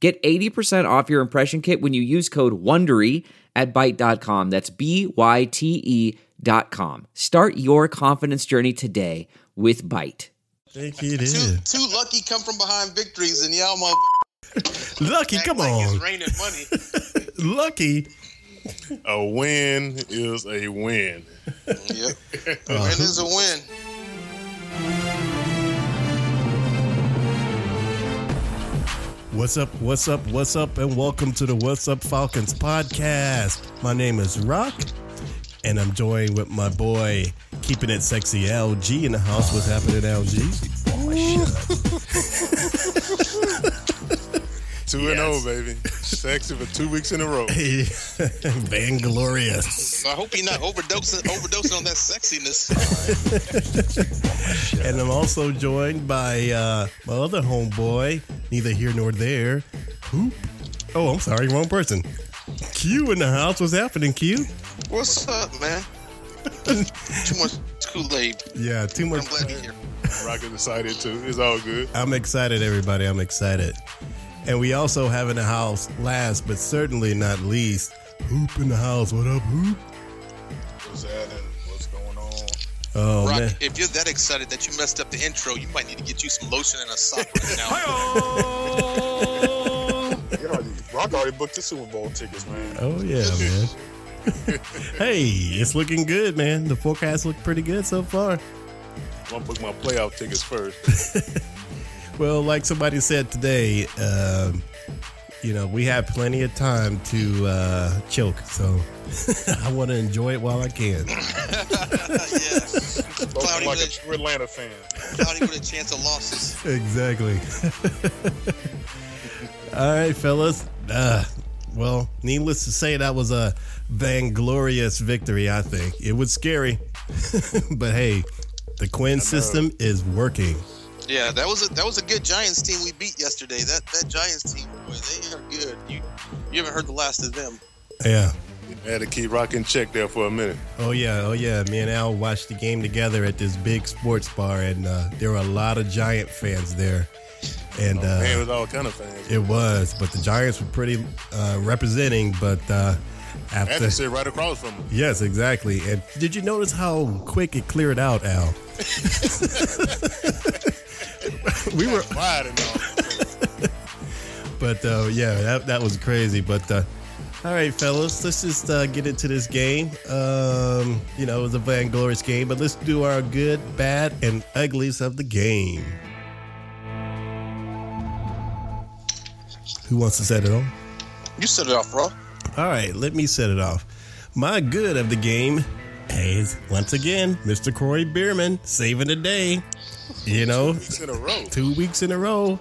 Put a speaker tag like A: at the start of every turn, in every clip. A: Get 80% off your impression kit when you use code WONDERY at Byte.com. That's b y t e dot com. Start your confidence journey today with Byte.
B: think it
C: Two,
B: is.
C: two lucky come from behind victories, and y'all mother.
B: Lucky,
C: act
B: come
C: like
B: on.
C: It's raining money.
B: Lucky.
D: A win is a win.
C: yep. Win is a win.
B: What's up? What's up? What's up? And welcome to the What's Up Falcons podcast. My name is Rock, and I'm joined with my boy, keeping it sexy, LG in the house. What's happening, LG?
D: Two and oh, baby. Sexy for two weeks in a row.
B: Hey, Vanglorious.
C: So I hope you're not overdosing, overdosing on that sexiness.
B: And I'm also joined by uh, my other homeboy, neither here nor there. Who? Oh, I'm sorry, wrong person. Q in the house. What's happening, Q?
C: What's up, man? Too much Kool Aid.
B: Yeah, too much.
C: I'm glad you're here.
D: Rocket decided to. It's all good.
B: I'm excited, everybody. I'm excited. And we also have in the house, last but certainly not least, Hoop in the house. What up, Hoop?
D: What's happening? What's going on?
B: Oh,
C: Rock,
B: man.
C: if you're that excited that you messed up the intro, you might need to get you some lotion and a sock right now.
D: You already, Rock already booked the Super Bowl tickets, man.
B: Oh, yeah, man. hey, it's looking good, man. The forecast looked pretty good so far.
D: I'm gonna book my playoff tickets first.
B: Well, like somebody said today, um, you know, we have plenty of time to uh, choke, so I want to enjoy it while I can.
C: Cloudy
D: Looking like a
C: with,
D: true Atlanta fan.
C: a, cloudy with a chance of losses.
B: Exactly. All right, fellas. Uh, well, needless to say, that was a vanglorious victory, I think. It was scary. but hey, the Quinn system is working.
C: Yeah, that was a that was a good Giants team we beat yesterday. That that Giants team, boy, they are good. You you haven't heard the last of them.
B: Yeah.
D: I had to keep Rock in check there for a minute.
B: Oh, yeah. Oh, yeah. Me and Al watched the game together at this big sports bar, and uh, there were a lot of Giant fans there. And uh,
D: man, it was all kind of fans.
B: it was, but the Giants were pretty uh, representing, but uh,
D: After to sit right across from him.
B: Yes, exactly. And did you notice how quick it cleared out, Al? we were,
D: Wide and all.
B: but uh, yeah, that, that was crazy. But uh, all right, fellas, let's just uh, get into this game. Um, you know, it was a vanglorious game, but let's do our good, bad, and uglies of the game. Who wants to set it on?
C: You set it off, bro.
B: All right, let me set it off. My good of the game is once again Mr. Corey Bierman saving the day. You know,
D: Weeks in a row.
B: two weeks in a row.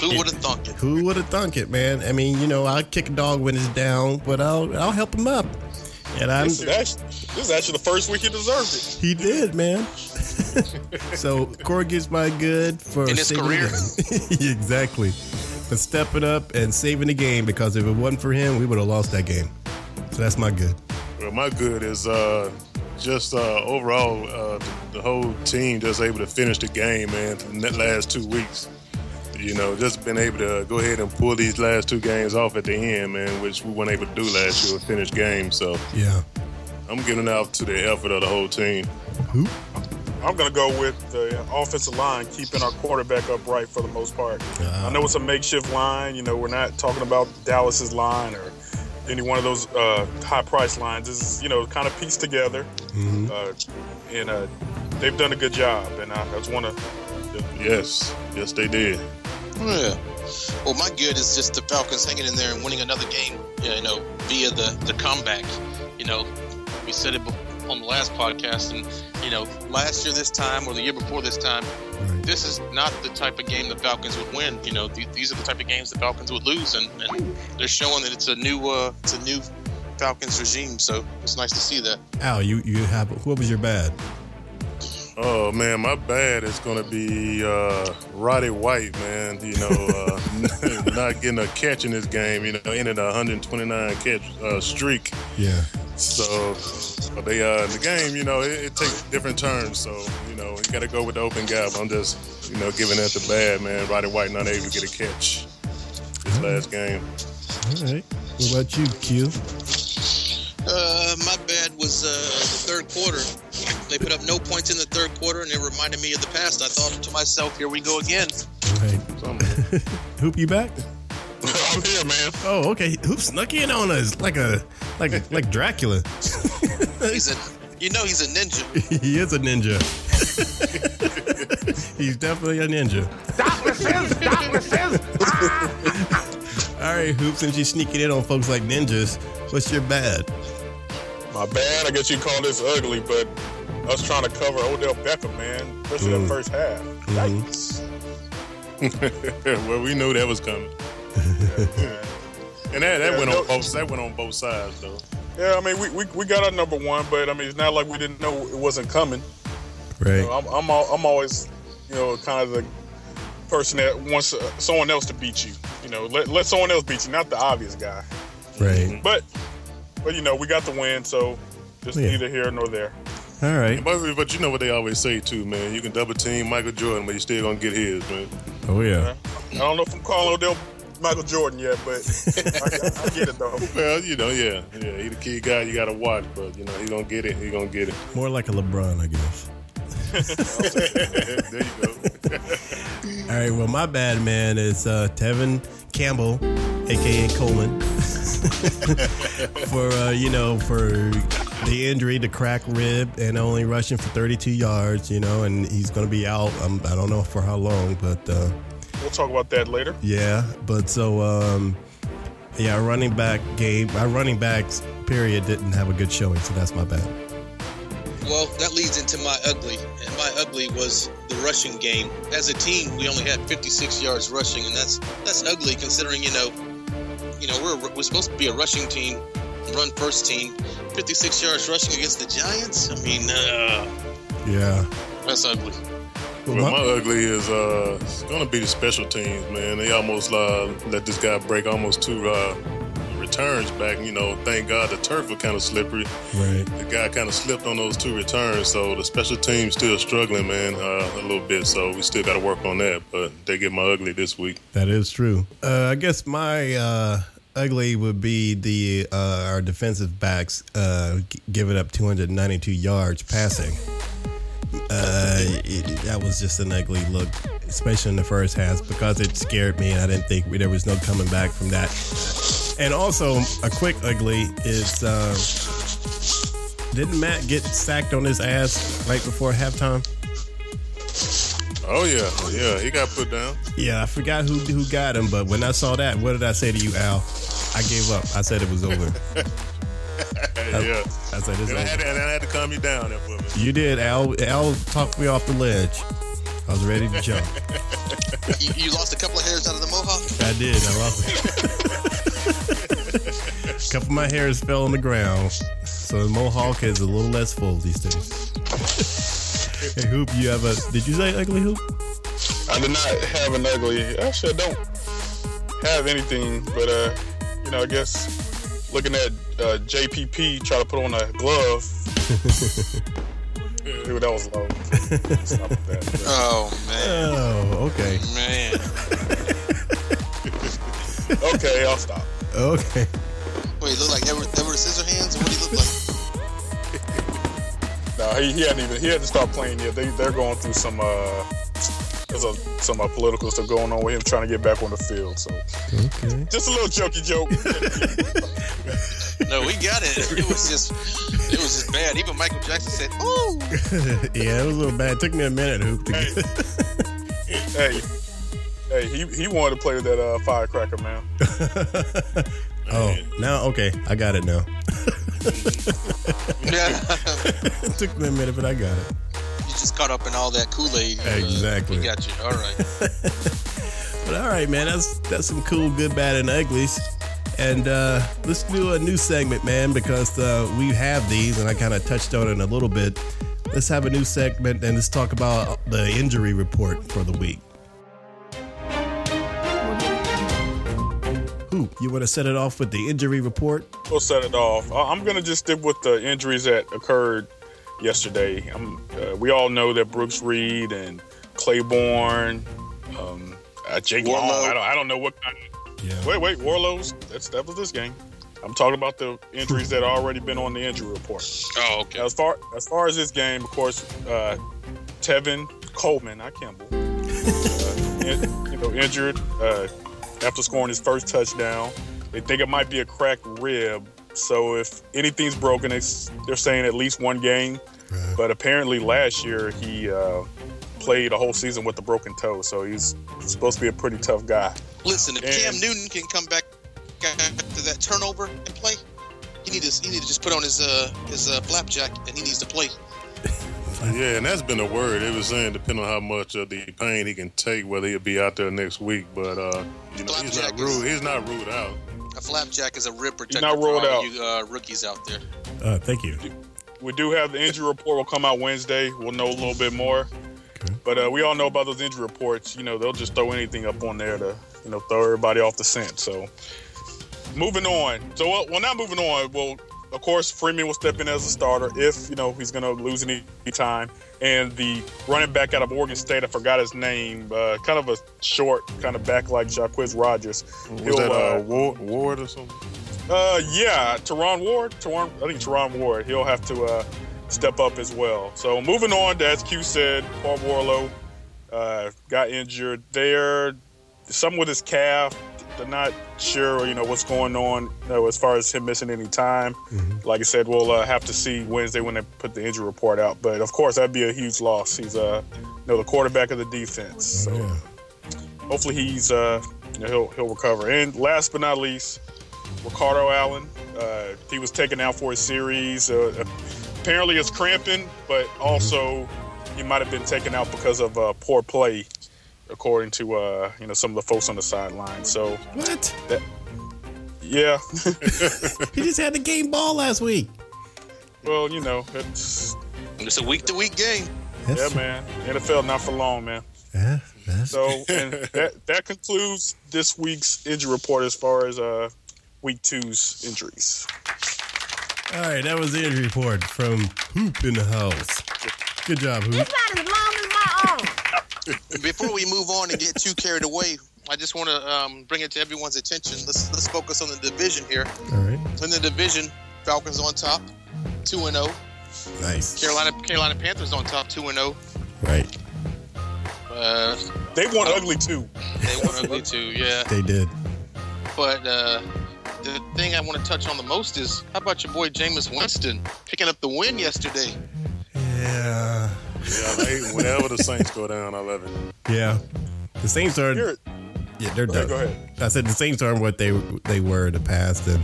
C: Who would have thunk it?
B: Who would have thunk it, man? I mean, you know, I'll kick a dog when it's down, but I'll I'll help him up. And I'm
D: This is, actually, this is actually the first week he deserved it.
B: he did, man. so Corey gets my good for
C: In his
B: saving
C: career.
B: the game. exactly. For stepping up and saving the game because if it wasn't for him, we would have lost that game. So that's my good.
D: Well, my good is uh, just uh, overall uh, the, the whole team just able to finish the game, man. In that last two weeks, you know, just been able to go ahead and pull these last two games off at the end, man, which we weren't able to do last year, a finished game. So
B: Yeah.
D: I'm giving out to the effort of the whole team.
B: Who?
E: I'm going to go with the offensive line keeping our quarterback upright for the most part.
B: Uh,
E: I know it's a makeshift line. You know, we're not talking about Dallas's line or any one of those uh, high price lines. This is, you know, kind of pieced together.
B: mm-hmm.
E: Uh, and uh, they've done a good job. And I, I just want to.
D: Yes, yes, they did.
C: Yeah. Well, my good is just the Falcons hanging in there and winning another game. You know, via the the comeback. You know, we said it. bef- on the last podcast, and you know, last year this time or the year before this time, this is not the type of game the Falcons would win. You know, th- these are the type of games the Falcons would lose, and, and they're showing that it's a new, uh, it's a new Falcons regime. So it's nice to see that.
B: Al, you you have what was your bad?
D: Oh man, my bad is gonna be uh, Roddy White, man. You know, uh, not getting a catch in this game. You know, ended a 129 catch uh, streak.
B: Yeah.
D: So but they uh, the game, you know, it, it takes different turns. So you know, you got to go with the open guy. But I'm just, you know, giving that the bad man. Roddy White not able to get a catch this last game.
B: All right. What about you, Q?
C: Uh, my bad was uh, the third quarter. They put up no points in the third quarter, and it reminded me of the past. I thought to myself, "Here we go again."
B: All right.
D: Something.
B: Hoop, you back?
E: I'm here, man.
B: Oh, okay. Hoop snuck in on us like a like like Dracula.
C: He's a, you know, he's a ninja.
B: he is a ninja. He's definitely a ninja. All right, Hoop, since you're sneaking in on folks like ninjas, what's your bad?
E: My bad. I guess you call this ugly, but us trying to cover Odell Beckham, man, especially
B: Mm.
E: the first half.
B: Mhm.
E: Yikes.
D: well, we knew that was coming,
E: Yeah.
D: and that, that
E: Yeah,
D: went on
E: no-
D: both. That went on both sides though.
E: Yeah, I mean, we, we, we got our number one, but I mean, it's not like we didn't know it wasn't coming. You know,
B: Right.
E: I'm, I'm, al- I'm always, you know, kind of the person that wants uh, someone else to beat you. You know, let, let someone else beat you, not the obvious guy.
B: Right.
E: But, but you know, we got the win, so just
B: Yeah.
E: neither here nor there.
B: All right.
D: But, but you know what they always say too, man. You can double team Michael Jordan, but you still gonna get his, man.
B: Oh yeah.
E: I don't know if I'm calling Odell Michael Jordan yet, but I, I get it though.
D: Well, you know, yeah, yeah. He the key guy you gotta watch, but you know he gonna get it. He gonna get it.
B: More like a LeBron, I guess.
D: there you go.
B: All right. Well, my bad man is uh, Tevin Campbell, aka Coleman, for uh, you know for the injury, the crack rib, and only rushing for 32 yards. You know, and he's going to be out. Um, I don't know for how long, but uh,
E: We'll talk about that later.
B: yeah. But so um, yeah, our running back game, our running backs period didn't have a good showing, so that's my bad.
C: Well, that leads into my ugly, and my ugly was the rushing game. As a team, we only had 56 yards rushing, and that's that's ugly considering you know, you know we're we're supposed to be a rushing team, run first team. 56 yards rushing against the Giants. I mean, uh,
B: Yeah.
C: that's ugly.
B: Well, my-
D: Well, my ugly is uh, it's gonna be the special teams, man. They almost uh, let this guy break almost two uh, returns back. You know, thank God the turf was kind of slippery.
B: right.
D: The guy kind of slipped on those two returns, so the special team's still struggling, man, uh, a little bit. So we still got to work on that. But they get my ugly this week.
B: That is true. Uh, I guess my uh, ugly would be the uh, our defensive backs uh, g- giving up 292 yards passing. Uh, it, that was just an ugly look, especially in the first half, because it scared me, and I didn't think there was no coming back from that. And also, a quick ugly is um, didn't Matt get sacked on his ass right before halftime?
D: Oh yeah, yeah, he got put down.
B: Yeah, I forgot who who got him, but when I saw that, what did I say to you, Al? I gave up. I said it was over.
D: yeah,
B: I said it's
D: and I, had
B: over.
D: to, and I had to calm you down there for a minute.
B: You did, Al. Al talked me off the ledge. I was ready to jump.
C: You, you lost a couple of hairs out of the mohawk.
B: I did. I lost it. A couple of my hairs fell on the ground, so the mohawk is a little less full these days. hey, hoop, you have a? Did you say ugly hoop?
E: I did not have an ugly. Actually, I don't have anything, but uh, you know, I guess looking at uh, JPP try to put on a glove. Dude, that was low. Stop that.
C: Oh man,
B: Oh, okay,
C: man.
E: Okay, I'll stop.
B: okay.
C: Wait, look like Edward, Edward Scissorhands, or what do you look like?
E: No, he, he hadn't even he hadn't stopped playing yet. They they're going through some uh, there's a, some uh, political stuff going on with him trying to get back on the field. So
B: Okay.
E: just a little jokey joke.
C: No, we got it. It was just, it was just bad. Even Michael Jackson said, "Ooh."
B: yeah, it was a little bad. It took me a minute, hoop. To get-
E: hey, hey, he, he wanted to play with that uh, firecracker, man.
B: Oh, now okay, I got it now.
C: Yeah.
B: it took me a minute, but I got it.
C: you just caught up in all that Kool Aid.
B: Exactly.
C: we got you. All right.
B: But all right, man, that's that's some cool, good, bad, and uglies. And uh, let's do a new segment, man, because uh, we have these, and I kind of touched on it a little bit. Let's have a new segment and let's talk about the injury report for the week. Who you want to set it off with the injury report?
E: We'll set it off. I- I'm gonna just stick with the injuries that occurred yesterday. Um uh, we all know that Brooks Reed and Claiborne, um, uh, Jake Long.
C: Warlow.
E: I don't, I don't know what kind. Of,
B: Yeah.
E: wait, wait, Warlow's. That's that was this game. I'm talking about the injuries that already been on the injury report.
C: Oh, okay.
E: As far as far as this game, of course, uh, Tevin Coleman, not Campbell, uh, in- you know, injured uh, after scoring his first touchdown. They think it might be a cracked rib. So if anything's broken, it's, they're saying at least one game. But apparently last year he uh, played a whole season with a broken toe, so he's supposed to be a pretty tough guy.
C: Listen, if Cam
E: And-
C: Newton can come back after that turnover and play, he need to he need to just put on his uh his uh, flapjack and he needs to play.
D: Yeah, and that's been a word. It was saying depending on how much of the pain he can take, whether he'll be out there next week. But uh, you know, he's not ruled. He's not ruled out.
C: A flapjack is a rib protector
E: not
C: for
E: rolled
C: all
E: out.
C: you uh, rookies out there.
B: Uh, thank you.
E: We do have the injury report will come out Wednesday. We'll know a little bit more.
B: Okay.
E: But uh, we all know about those injury reports. You know, they'll just throw anything up on there to, you know, throw everybody off the scent. So moving on. So, uh, well, not moving on. Well, of course, Freeman will step in as a starter if, you know, he's going to lose any time. And the running back out of Oregon State, I forgot his name, uh, kind of a short, kind of back like Jaquiz Rogers.
D: Was that uh, Ward, Ward or something?
E: Uh, yeah, Teron Ward. Teron, I think Teron Ward. He'll have to uh, step up as well. So moving on, as Q said, Paul Warlow uh, got injured there. Some with his calf. They're not sure, you know, what's going on you know, as far as him missing any time. Like I said, we'll uh, have to see Wednesday when they put the injury report out. But of course, that'd be a huge loss. He's uh, you know, the quarterback of the defense. So
B: Yeah.
E: hopefully he's uh you know, he'll he'll recover. And last but not least, Ricardo Allen. Uh, he was taken out for a series. Uh, apparently it's cramping, but also he might have been taken out because of uh, poor play, according to uh, you know some of the folks on the sideline. So
B: What?
E: yeah,
B: He just had the game ball last week.
E: well you know it's
C: It's a week to week game.
E: yeah man NFL not for long man.
B: Yeah, that's-
E: So and that that concludes this week's injury report as far as uh week two's injuries.
B: All right, that was the injury report from Hoop in the house. Good job, Hoop.
F: about as long as my arm.
C: Before we move on and get too carried away, I just want to um, bring it to everyone's attention. Let's let's focus on the division here.
B: All right,
C: In the division, Falcons on top, two and zero.
B: nice.
C: Carolina Carolina Panthers on top, two and zero.
B: Right,
C: Uh,
E: They won ugly too.
C: they won ugly too. Yeah.
B: they did.
C: But uh, the thing I want to touch on the most is how about your boy Jameis Winston picking up the win yesterday?
B: Yeah,
D: Yeah, I hate whenever the Saints go down, I love it.
B: yeah. The Saints are
E: You're-
B: yeah, they're
E: Okay,
B: done.
E: go ahead.
B: I said the Saints aren't what they they were in the past, and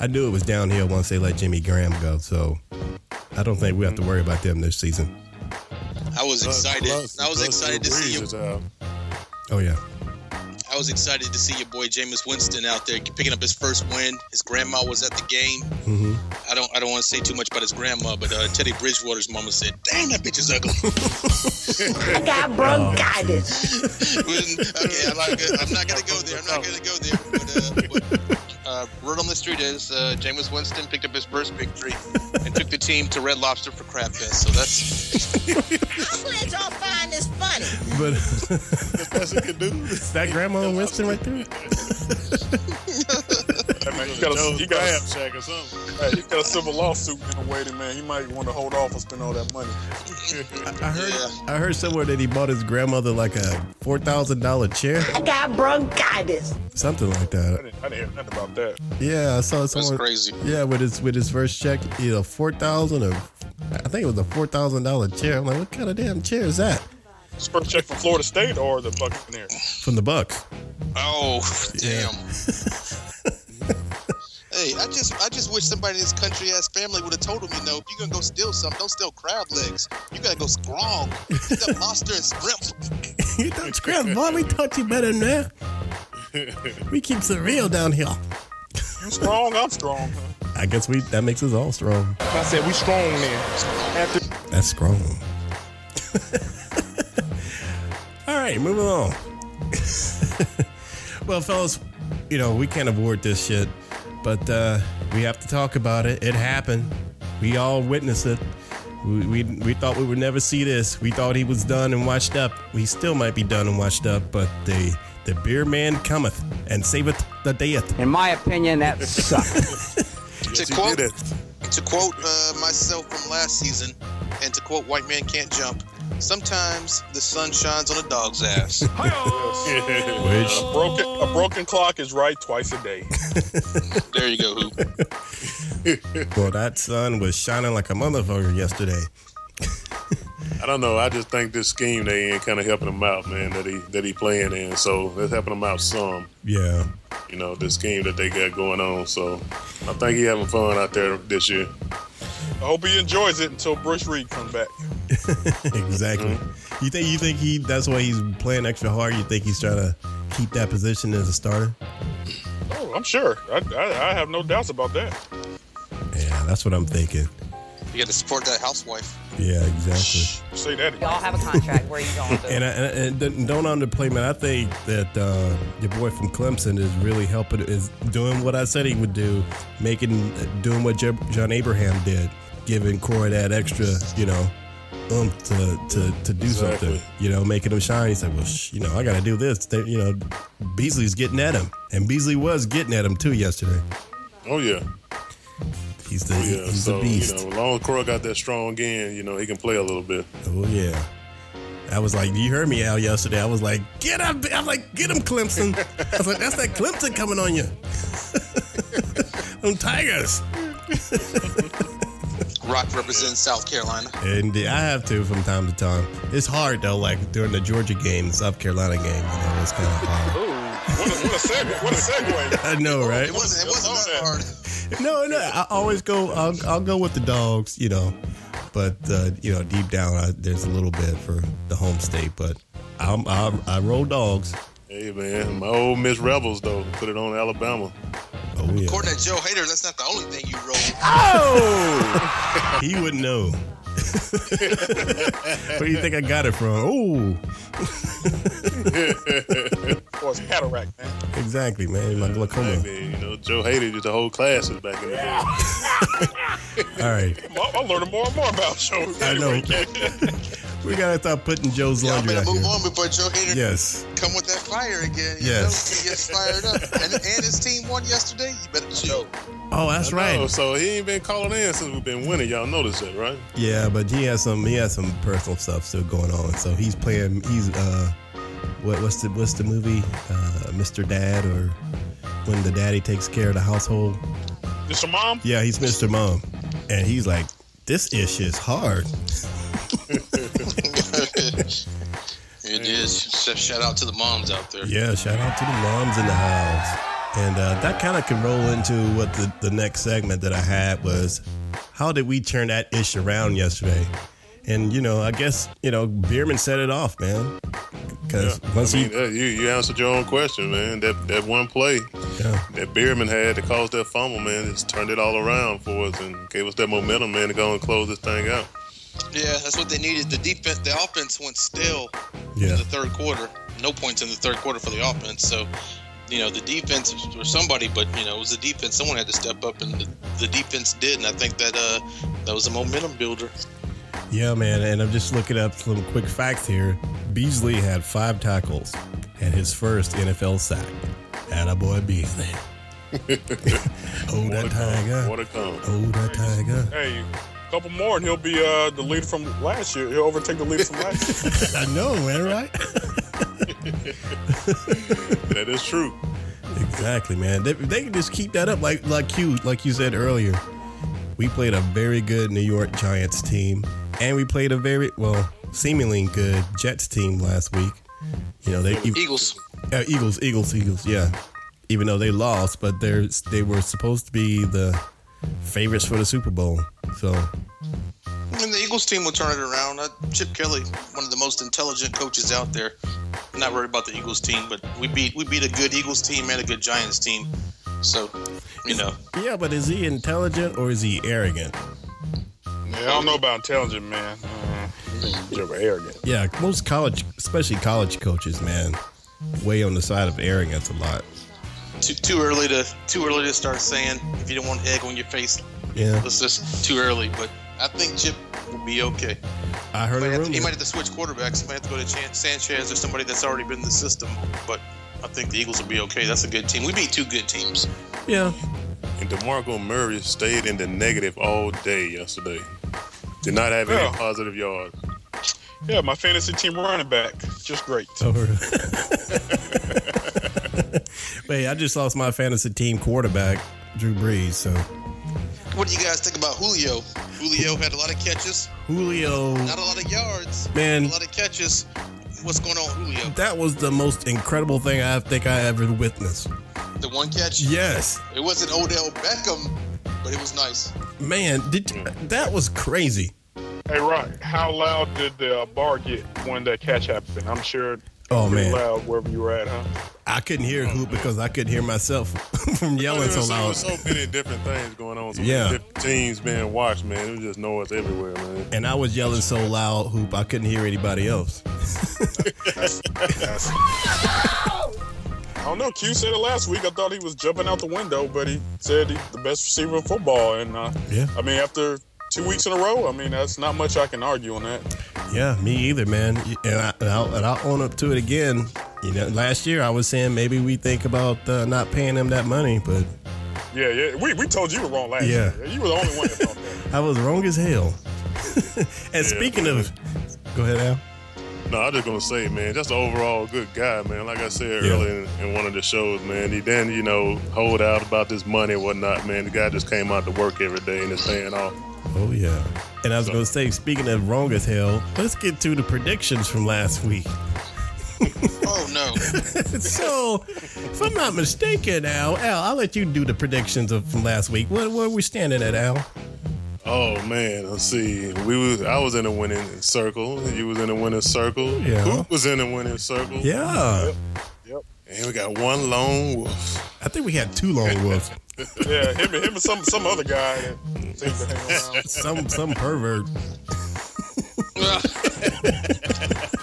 B: I knew it was downhill once they let Jimmy Graham go. So I don't think we have to worry about them this season.
C: I was
D: Plus-
C: excited.
D: plus-
C: I was
D: plus
C: excited to
D: Drew Brees
C: see you.
D: is out.
B: Oh yeah,
C: I was excited to see your boy Jameis Winston out there picking up his first win. His grandma was at the game.
B: hmm
C: I don't. I don't want to say too much about his grandma, but uh, Teddy Bridgewater's mama said, "Damn, that bitch is ugly."
F: I got bronchitis.
C: When- okay, I'm not, gonna, I'm not gonna go there. I'm not gonna go there. But, uh, but, uh, word on the street is uh, Jameis Winston picked up his first victory and took the team to Red Lobster for crab fest. So that's
F: Oh, I'm glad y'all find this funny.
B: but
D: That's the best he could do.
B: that Grandma Winston right there.
E: Hey, man, you
D: Got a,
E: got a,
D: Joe's
E: you got
D: crab
E: a,
D: shack or something.
E: hey, you got a civil lawsuit in the waiting, man. You might want to hold off and spend all that money.
B: I heard I heard somewhere that he bought his grandmother like a four thousand dollar chair,
F: I got bronchitis.
B: something like
E: I
B: that.
E: didn't, I didn't hear nothing about that.
B: Yeah, I saw
C: that's
B: someone.
C: crazy.
B: Yeah, with his with his first check, either four thousand or I think it was a four thousand dollar chair. I'm like, what kind of damn chair is that?
E: His first check from Florida State or the Buccaneers?
B: From the Bucks.
C: Oh, damn. hey, I just I just wish somebody in this country ass family would have told him, you know, if you're gonna go steal something, don't steal crab legs. You gotta go strong. Pick up lobster and shrimp.
B: you thought Scrap Bob, we taught you better than that. We keep it real down here.
E: You strong, I'm strong.
B: I guess we that makes us all strong.
E: I said we strong then. After
B: That's strong. all right, moving on. well, fellas, you know, we can't avoid this shit, but uh, we have to talk about it. It happened. We all witnessed it. We, we, we thought we would never see this. We thought he was done and washed up. He still might be done and washed up, but the, the beer man cometh and saveth the death.
G: In my opinion, that sucked.
D: Yes,
C: to
D: he
C: quote
D: did it.
C: to quote uh, myself from last season, and to quote White Man Can't Jump. Sometimes the sun shines on a dog's ass.
B: Which
E: a broken a broken clock is right twice a day.
C: there you go, Hoop.
B: Well, that sun was shining like a motherfucker yesterday.
D: I don't know. I just think this scheme they in kind of helping him out, man. That he that he playing in, so that's helping him out some.
B: Yeah.
D: You know, this scheme that they got going on. So I think he having fun out there this year.
E: I hope he enjoys it until Bruce Reed comes back.
B: Exactly. You think you think he that's why he's playing extra hard? You think he's trying to keep that position as a starter?
E: Oh, I'm sure. I, I, I have no doubts about that.
B: Yeah, that's what I'm thinking.
C: You got to support that housewife.
B: Yeah, exactly.
E: Say that again.
H: Y'all have a contract. Where you going to?
B: And, I, and, and don't underplay, man. I think that uh, your boy from Clemson is really helping, is doing what I said he would do, making, doing what Je- John Abraham did, giving Corey that extra, you know, oomph to, to, to do
D: Exactly.
B: something, you know, making him shine. He's like, well, sh- you know, I got to do this. They, you know, Beasley's getting at him. And Beasley was getting at him too yesterday.
D: Oh yeah,
B: He's the,
D: oh yeah.
B: he's
D: so
B: the beast.
D: you know, long as Crow got that strong end, you know, he can play a little bit.
B: Oh yeah. I was like, you heard me Al yesterday. I was like, get up! I'm like, get him, Clemson. I was like, that's that Clemson coming on you. Them Tigers.
C: Rock represents South Carolina.
B: And I have to from time to time. It's hard though, like during the Georgia game, the South Carolina game. You know, it's kind of hard.
E: Ooh, what a, what a segue. What a segue.
B: I know, right?
C: It wasn't. It wasn't that hard.
B: No, no. I always go. I'll, I'll go with the dogs. You know, but uh, you know, deep down, I, there's a little bit for the home state. But I'm, I'm I roll dogs.
D: Hey man, my old Miss Rebels though put it on Alabama.
B: Oh yeah.
C: According to Joe Hader, that's not the only thing you roll.
B: He wouldn't know. Where do you think I got it from? Oh,
E: Or it's cataract, man.
B: exactly, man. My
D: Hey
B: glaucoma.
D: man, you know Joe hated just the whole classes back in the day.
B: All right,
E: Well, I'm learning more and more about shows.
B: I know. we gotta stop putting Joe's
C: Y'all
B: laundry
C: better
B: out
C: move
B: here.
C: on before Joe Hader
B: Yes,
C: come with that fire again. You
B: Yes.
C: know, he gets fired up. And, and his team won yesterday. You better chill.
B: Oh, that's
D: I know,
B: right.
D: so he ain't been calling in since we've been winning. Y'all notice that, right?
B: Yeah, but he has some. He has some personal stuff still going on. So he's playing. He's uh, what, what's the what's the movie? Uh, Mr. Dad or when the daddy takes care of the household.
E: Just your mom?
B: Yeah, he's Mr. Mom, and he's like, this ish is hard.
C: it is. Sh- Shout out to the moms out there.
B: Yeah, shout out to the moms in the house. And uh, that kind of can roll into what the, the next segment that I had was how did we turn that ish around yesterday? And, you know, I guess, you know, Bierman set it off, man. Because once
D: I
B: he.
D: mean, uh, you you answered your own question, man. That that one play
B: Yeah.
D: that Beerman had to cause that fumble, man, just turned it all around for us and gave us that momentum, man, to go and close this thing out.
C: Yeah, that's what they needed. The defense, the offense went still
B: Yeah.
C: in the third quarter. No points in the third quarter for the offense. So, you know, the defense or somebody, but you know, it was the defense. Someone had to step up, and the, the defense did. And I think that uh, that was a momentum builder.
B: Yeah, man. And I'm just looking up some quick facts here. Beasley had five tackles and his first NFL sack. Attaboy Beasley. oh,
D: What
B: that
D: a come. What
B: tiger.
D: a come.
B: Oh, that tiger.
E: Hey, a couple more and he'll be uh, the leader from last year. He'll overtake the leader from last year.
B: I know, man, right?
D: That is true.
B: Exactly, man. They, they can just keep that up, like like you like you said earlier. We played a very good New York Giants team, and we played a very well, seemingly good Jets team last week. You know, they keep
C: Eagles.
B: uh, Eagles, Eagles, Eagles. Yeah, even though they lost, but they're they were supposed to be the favorites for the Super Bowl. So
C: And the Eagles team will turn it around. Uh, Chip Kelly, one of the most intelligent coaches out there. I'm not worried about the Eagles team, but we beat we beat a good Eagles team and a good Giants team. So, you know,
B: yeah, but is he intelligent or is he arrogant?
E: Yeah, I don't know about intelligent, man. Uh, I think You're arrogant.
B: Yeah, most college, especially college coaches, man, way on the side of arrogance a lot.
C: too, too early to too early to start saying if you don't want egg on your face,
B: Yeah,
C: it's just too early. But I think Chip will be okay.
B: I heard
C: Might
B: a
C: have to- he
B: rumor.
C: might have to switch quarterbacks. He might have to go to Chan- Sanchez or somebody that's already been in the system. But I think the Eagles will be okay. That's a good team. We beat two good teams.
B: Yeah,
D: And DeMarco Murray stayed in the negative all day yesterday. Did not have any
E: Yeah.
D: positive yards.
E: Yeah, my fantasy team running back, just great.
B: over. Wait, I just lost my fantasy team quarterback, Drew Brees. So
C: What do you guys think about Julio? Julio had a lot of catches,
B: Julio,
C: not a lot of yards,
B: Man.
C: a lot of catches. What's going on, with Julio?
B: that was the most incredible thing I think I ever witnessed.
C: The one catch.
B: Yes,
C: It wasn't Odell Beckham, but it was nice.
B: man, did you, that was crazy.
E: Hey, Rock, how loud did the uh, bar get when that catch happened? I'm sure it
B: Oh,
E: was pretty
B: man.
E: loud wherever you were at, huh?
B: I couldn't hear who because I couldn't hear myself from yelling so
D: There's
B: loud.
D: So many different things going on. So
B: Yeah.
D: many different teams being watched, man. It was just noise everywhere, man.
B: and I was yelling so loud, hoop, I couldn't hear anybody else.
E: I don't know. Q said it last week. I thought he was jumping out the window, but he said he's the best receiver in football. And uh,
B: Yeah.
E: I mean, after two weeks in a row, I mean, that's not much I can argue on that.
B: Yeah, me either, man. And, I, and, I'll, and I'll own up to it again. You know, last year I was saying maybe we think about uh, not paying him that money, but
E: Yeah, yeah. We, we told you were wrong last
B: Yeah.
E: year. You were the only one that thought that.
B: I was wrong as hell. and speaking of, go ahead, Al.
D: No, I'm just gonna say, man, just an overall good guy, man. Like I said
B: Yeah.
D: earlier in, in one of the shows, man, he didn't, you know, hold out about this money and whatnot, man. The guy just came out to work every day and it's paying off.
B: Oh yeah. And I was gonna say, speaking of wrong as hell, let's get to the predictions from last week.
C: Oh no!
B: so, if I'm not mistaken, Al, Al, I'll let you do the predictions of from last week. What where we standing at, Al?
D: Oh man, let's see. We was I was in a winning circle. You was in a winning circle.
B: Yeah.
D: Hoop was in a winning circle.
B: Yeah,
D: And we got one lone wolf.
B: I think we had two long wolves.
E: Yeah, him, and- him and some, some other guy that seems to hang around.
B: some some pervert.
C: it's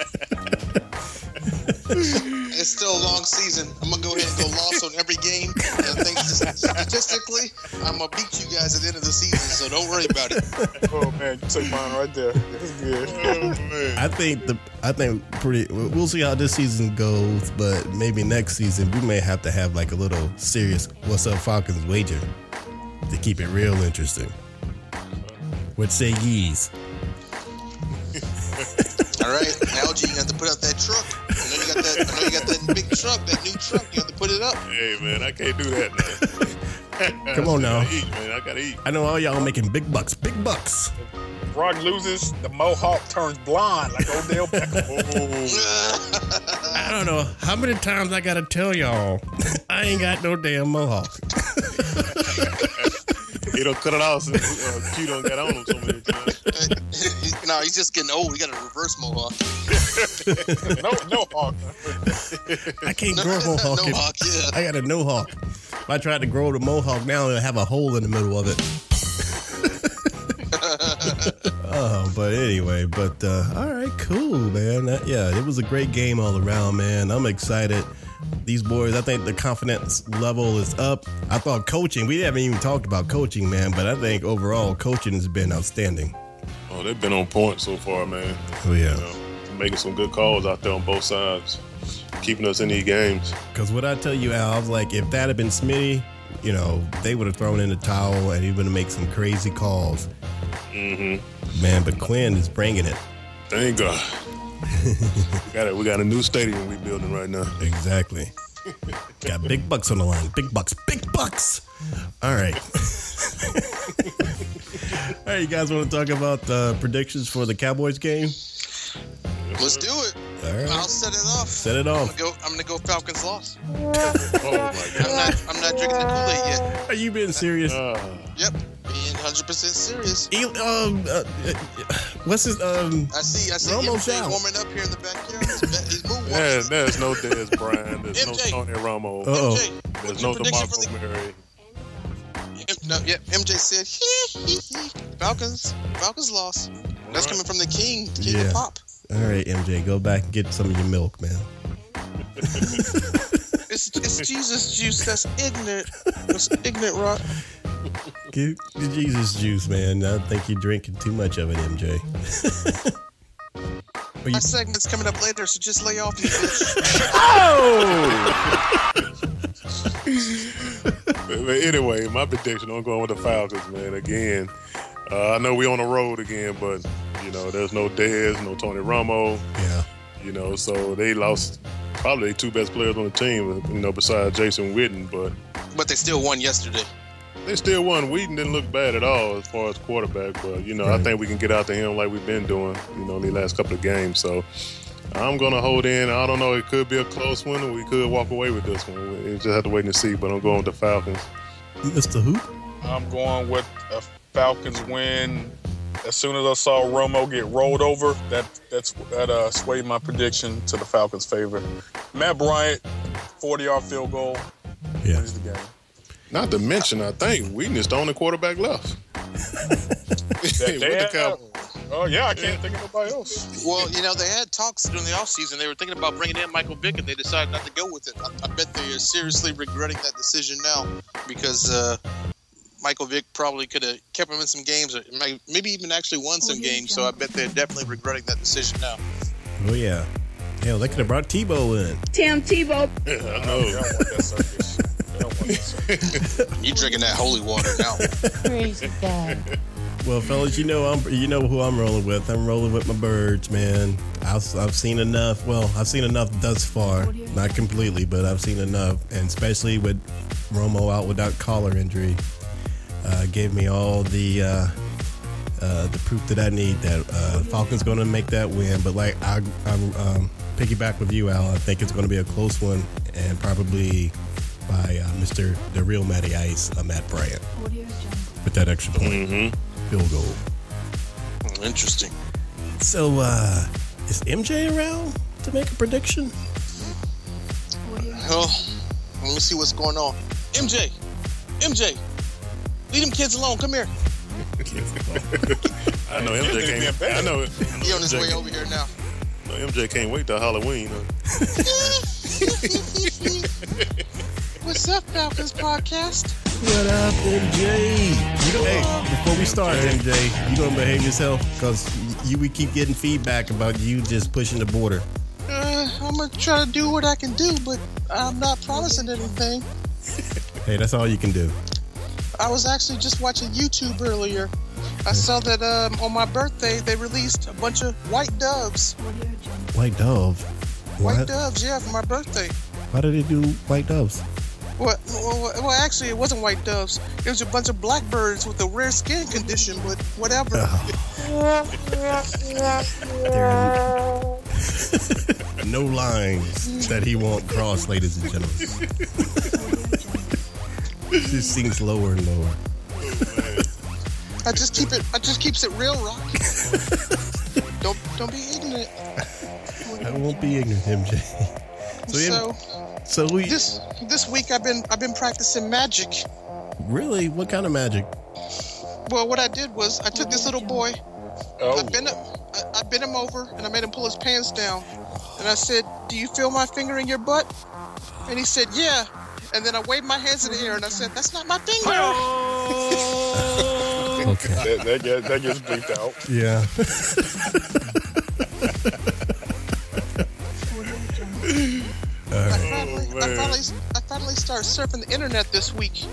C: still a long season. I'm gonna go ahead and go loss on every game. And I think statistically, I'm gonna beat you guys at the end of the season. So don't worry about it.
E: Oh, man. You took mine right there. That's good.
D: Oh, man.
B: I think the I think pretty. We'll see how this season goes, but maybe next season we may have to have like a little serious "What's Up Falcons" wager to keep it real interesting. Would say yees.
C: All right, Algie, you have to put out that truck. I know you got that. I know you got that big truck, that new truck. You have to put it up.
D: Hey man, I can't do that now.
B: Come on now.
D: I gotta eat, man. I gotta eat.
B: I know all y'all making big bucks, big bucks.
E: Rock loses, the mohawk turns blonde like Odell Beckham.
B: I don't know how many times I gotta tell y'all I ain't got no damn mohawk.
D: He don't cut it off since uh, Q don't got on him so many times.
C: no, he's just getting old. We got a reverse mohawk.
E: No, no hawk.
B: I can't grow a mohawk.
C: no hawk, yeah.
B: I got a no hawk. If I tried to grow the mohawk now, it'll have a hole in the middle of it. oh, but anyway, but uh, all right, cool, man. That, yeah, it was a great game all around, man. I'm excited. These boys, I think the confidence level is up. I thought coaching, we haven't even talked about coaching, man, but I think overall coaching has been outstanding.
D: Oh, they've been on point so far, man.
B: Oh, yeah.
D: You know, making some good calls out there on both sides, keeping us in these games.
B: Because what I tell you, Al, I was like, if that had been Smitty, you know, they would have thrown in the towel and he would have made some crazy calls. Mm-hmm. Man, but Quinn is bringing it.
D: Thank God. we, got a, we got a new stadium we building right now.
B: Exactly. Got big bucks on the line. Big bucks. Big bucks. All right. All right, you guys want to talk about the predictions for the Cowboys game?
C: Let's do it.
B: All right.
C: I'll set it off.
B: Set it
C: I'm
B: off.
C: gonna go. I'm gonna go Falcons loss.
D: Oh my
C: I'm not. I'm not drinking the Kool Aid yet.
B: Are you being serious?
D: god.
C: Yep, being 100 percent serious.
B: Uh, Eli- um, uh, uh, what's his um?
C: I see. I see.
B: We're almost
C: MJ
B: out.
C: warming up here in the backyard. He's ba- He's moving.
D: There- there's no Dez Bryant. There's no
C: MJ.
D: Tony Romo.
B: Uh,
C: MJ,
D: there's
C: what's
D: no
C: your prediction for
D: DeMarco Murray.
C: the? No, yeah, MJ said, "Hee, hee, hee. Falcons. Falcons lost. That's coming from the king. the King
B: Yeah.
C: of pop.
B: All right, MJ, go back and get some of your milk, man.
C: It's, it's Jesus juice. That's ignorant. That's ignorant rock.
B: Get the Jesus juice, man. I think you're drinking too much of it, MJ. Are you-
C: My segment's coming up later, so just lay off, you bitch.
D: But, but anyway, my prediction, I'm going with the Falcons, man. Again, uh, I know we on the road again, but you know, there's no Dez, no Tony Romo.
B: yeah.
D: You know, so they lost probably their two best players on the team. You know, besides Jason Witten, but
C: But they still won yesterday.
D: they still won. Whedon didn't look bad at all as far as quarterback, but you know,
B: Right.
D: I think we can get out to him like we've been doing, you know, in the last couple of games. So I'm gonna hold in. I don't know. It could be a close one, or we could walk away with this one. We we just have to wait and see. But I'm going with the Falcons.
B: Mr. Hoop?
E: I'm going with a Falcons win. As soon as I saw Romo get rolled over, that that's that uh, swayed my prediction to the Falcons' favor. Matt Bryant, 40-yard field goal,
B: Yeah.
E: wins the game.
D: Not to mention, I think Whedon is the only quarterback left. With the
E: Damn.
D: Cow-
E: oh yeah, I can't think of nobody else.
C: Well, you know, they had talks during the offseason. They were thinking about bringing in Michael Vick, and they decided not to go with it. I, I bet they are seriously regretting that decision now because uh, Michael Vick probably could have kept him in some games or may- maybe even actually won some games. So I bet they're definitely regretting that decision now.
B: Oh, yeah. Hell, they could have brought Tebow in.
H: Tim Tebow.
D: Yeah, I
E: They
D: know.
E: don't want that circus. They don't want that circus.
C: You drinking that holy water now.
I: Praise God.
B: Well, fellas, you know I'm you know who I'm rolling with. I'm rolling with my birds, man. I've, I've seen enough. Well, I've seen enough thus far. Not completely, but I've seen enough, and especially with Romo out without collar injury, uh, gave me all the uh, uh, the proof that I need that uh, Falcons going to make that win. But like I, I'm um, piggyback with you, Al. I think it's going to be a close one, and probably by uh, Mr. the real Matty Ice, uh, Matt Bryant, with that extra point field goal.
C: Interesting.
B: So, uh, is MJ around to make a prediction?
C: Well, let me see what's going on. MJ, MJ, leave them kids alone. Come here.
D: I know MJ can't. I know.
C: He on his way
D: MJ,
C: over here now.
D: MJ can't wait till Halloween. Huh?
C: What's up, Falcons podcast?
B: What up, MJ? You gonna, hey, before we start, MJ, you gonna behave yourself? Because you we keep getting feedback about you just pushing the border.
C: Uh, I'm gonna try to do what I can do, but I'm not promising anything.
B: Hey, that's all you can do.
C: I was actually just watching YouTube earlier. I saw that um, on my birthday they released a bunch of white doves.
B: White dove.
C: White
B: What?
C: doves, yeah, for my birthday.
B: Why did they do white doves?
C: Well, well, well, well, actually, it wasn't white doves. It was a bunch of blackbirds with a rare skin condition, but whatever.
B: Oh, No lines that he won't cross, ladies and gentlemen. This sinks lower and lower.
C: I just keep it. I just keeps it real, Rock. don't don't be ignorant.
B: I won't be ignorant, MJ. So, yeah,
C: So
B: so we
C: this this week I've been I've been practicing magic.
B: really what kind of magic?
C: Well, what I did was I took this little boy. I
E: Oh,
C: bent him. I, I bent him over and I made him pull his pants down. And I said, "Do you feel my finger in your butt?" And he said, "Yeah." And then I waved my hands in the air and I said, "That's not my finger."
B: Okay.
E: that, that, gets, that gets bleeped out.
B: Yeah.
C: I finally, I
D: man.
C: finally, I finally started surfing the internet this week.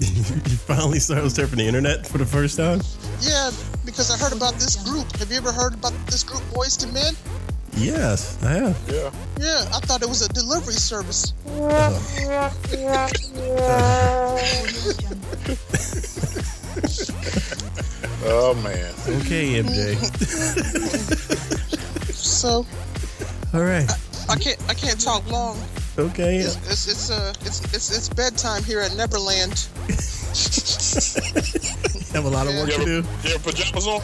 B: you finally started surfing the internet for the first time?
C: Yeah, because I heard about this group. Have you ever heard about this group, Boys to Men?
B: Yes, I have.
E: Yeah.
C: Yeah, I thought it was a delivery service.
E: Oh man. Oh,
B: Okay, MJ.
C: So
B: All right.
C: I can't. I can't talk long.
B: Okay.
C: It's it's it's uh it's it's, it's bedtime here at Neverland.
B: Have a lot of work
E: You
B: to do.
E: have, you have pajamas on?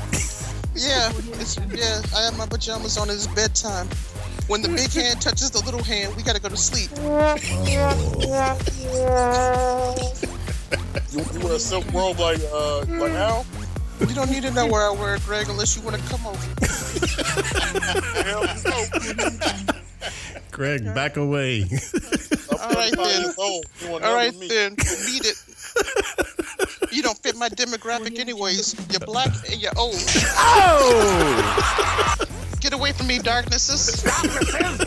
C: Yeah, it's yeah. I have my pajamas on. It's bedtime. When the big hand touches the little hand, we gotta go to sleep.
E: You, you wear a silk robe like uh like Al?
C: You don't need to know where I work, Greg, unless you want to come over.
E: Hell no.
B: Greg, back away.
C: All right then.
E: Oh, you want
C: All right
E: me.
C: then. Beat it. You don't fit my demographic, anyways. You're black and you're old. Oh! Get away from me, darknesses.
E: Your ass,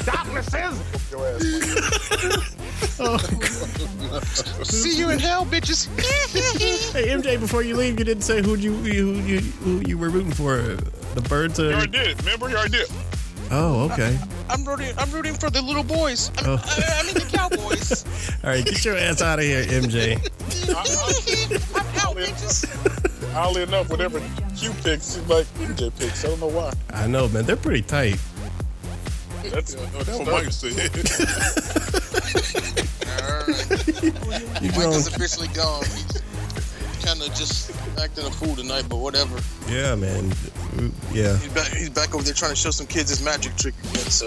E: man.
C: See you in hell, bitches.
B: hey MJ, before you leave, you didn't say who you who you who you were rooting for. The birds.
E: You
B: Or...
E: already did it. Remember, you already did it.
B: Oh, okay.
C: I'm rooting. I'm rooting for the little boys. I'm, I, I mean the cowboys.
B: All right, get your ass out of here, MJ.
C: I'm out, bitches.
E: Oddly enough, whatever Q picks, she's like MJ picks. I don't know why.
B: I know, man. They're pretty tight.
E: That's,
D: That's
E: that's
D: what Mike said.
B: You grown.
C: Michael's officially gone. He's kind of just acting a fool tonight, but whatever.
B: Yeah, man. Yeah.
C: He's back, he's back over there trying to show some kids his magic trick again. So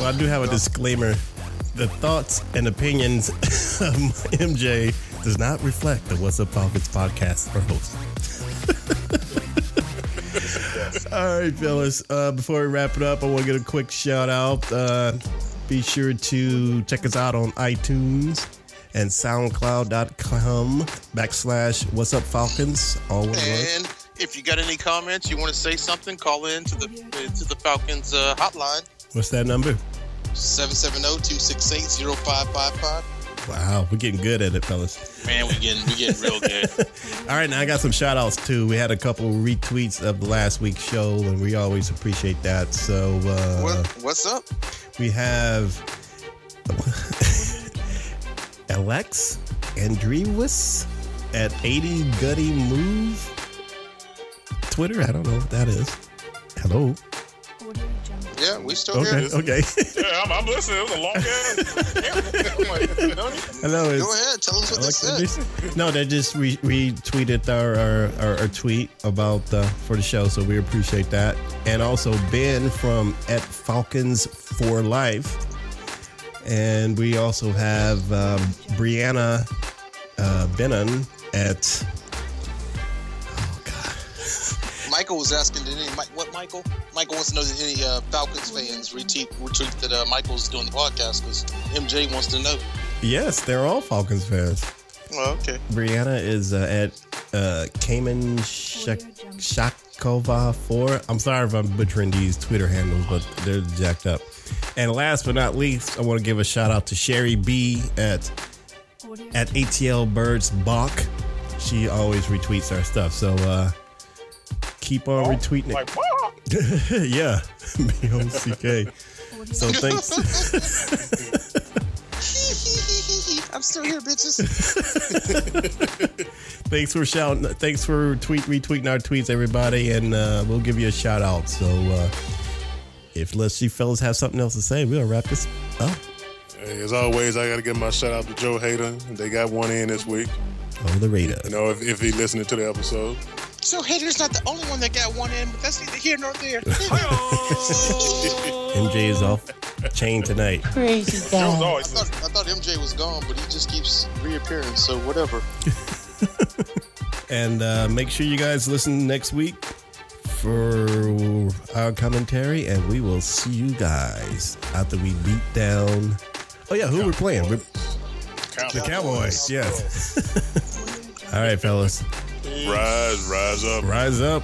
B: Well, I do have a disclaimer. The thoughts and opinions of MJ does not reflect the What's Up Falcons podcast or host. All right, fellas. Uh, before we wrap it up, I want to get a quick shout out. Uh, be sure to check us out on iTunes and SoundCloud.com backslash What's Up Falcons. All one word.
C: And if you got any comments, you want to say something, call in to the to the Falcons uh, hotline oh,
B: What's that number?
C: 770-268-0555.
B: Wow, we're getting good at it, fellas.
C: Man, we getting we getting real good.
B: All right, now I got some shout outs too. We had a couple retweets of last week's show, and we always appreciate that. So uh,
C: what, what's up?
B: we have Alex Andrewis at 80 Gutty Move Twitter. I don't know what that is. Hello.
C: Yeah, we still
B: Okay.
C: here.
B: Okay.
E: yeah, I'm, I'm listening. It was a long ass. I'm like, don't you-
B: Hello.
C: Go
B: It's
C: ahead, tell us what
B: Alex
C: they said.
B: Andrews. No, they just re- retweeted our, our, our, our tweet about uh, for the show, so we appreciate that. And also Ben from at Falcons for Life, and we also have um, Brianna uh, Bennon at. Oh God,
C: Michael was asking, did any Mi- what Michael? Michael wants to know that any uh, Falcons fans retweet retweet that uh, Michael's doing the podcast because MJ wants to know.
B: yes, they're all Falcons fans.
C: Well, okay.
B: Brianna is uh, at uh, Cayman Shak- Shakova 4. I'm sorry if I'm butchering these Twitter handles, but they're jacked up. And last but not least, I want to give a shout out to Sherry B at at ATL Birds Bach. She always retweets our stuff, so uh, keep on retweeting it.
E: like, wow.
B: yeah, B O C K. So thanks.
C: I'm still here, bitches.
B: thanks for shouting thanks for tweet retweeting our tweets everybody and uh, we'll give you a shout out so uh, if unless you fellas have something else to say we'll wrap this up
D: Hey, as always, I got to give my shout out to Joe Hader. They got one in this week.
B: on the radar
D: You know, if, if he listening to the episode.
C: So Hater's not the only one that got one in, but that's neither here nor there.
B: mj is off chain tonight
F: Crazy
E: It was
F: guy.
C: I
E: always
C: thought, I thought MJ was gone, but he just keeps reappearing. So whatever.
B: and uh, make sure you guys listen next week for our commentary and we will see you guys after we beat down oh yeah who we're playing we're, the cowboys yes all right fellas
D: Rise, rise up.
B: rise up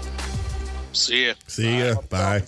C: See ya.
B: see ya bye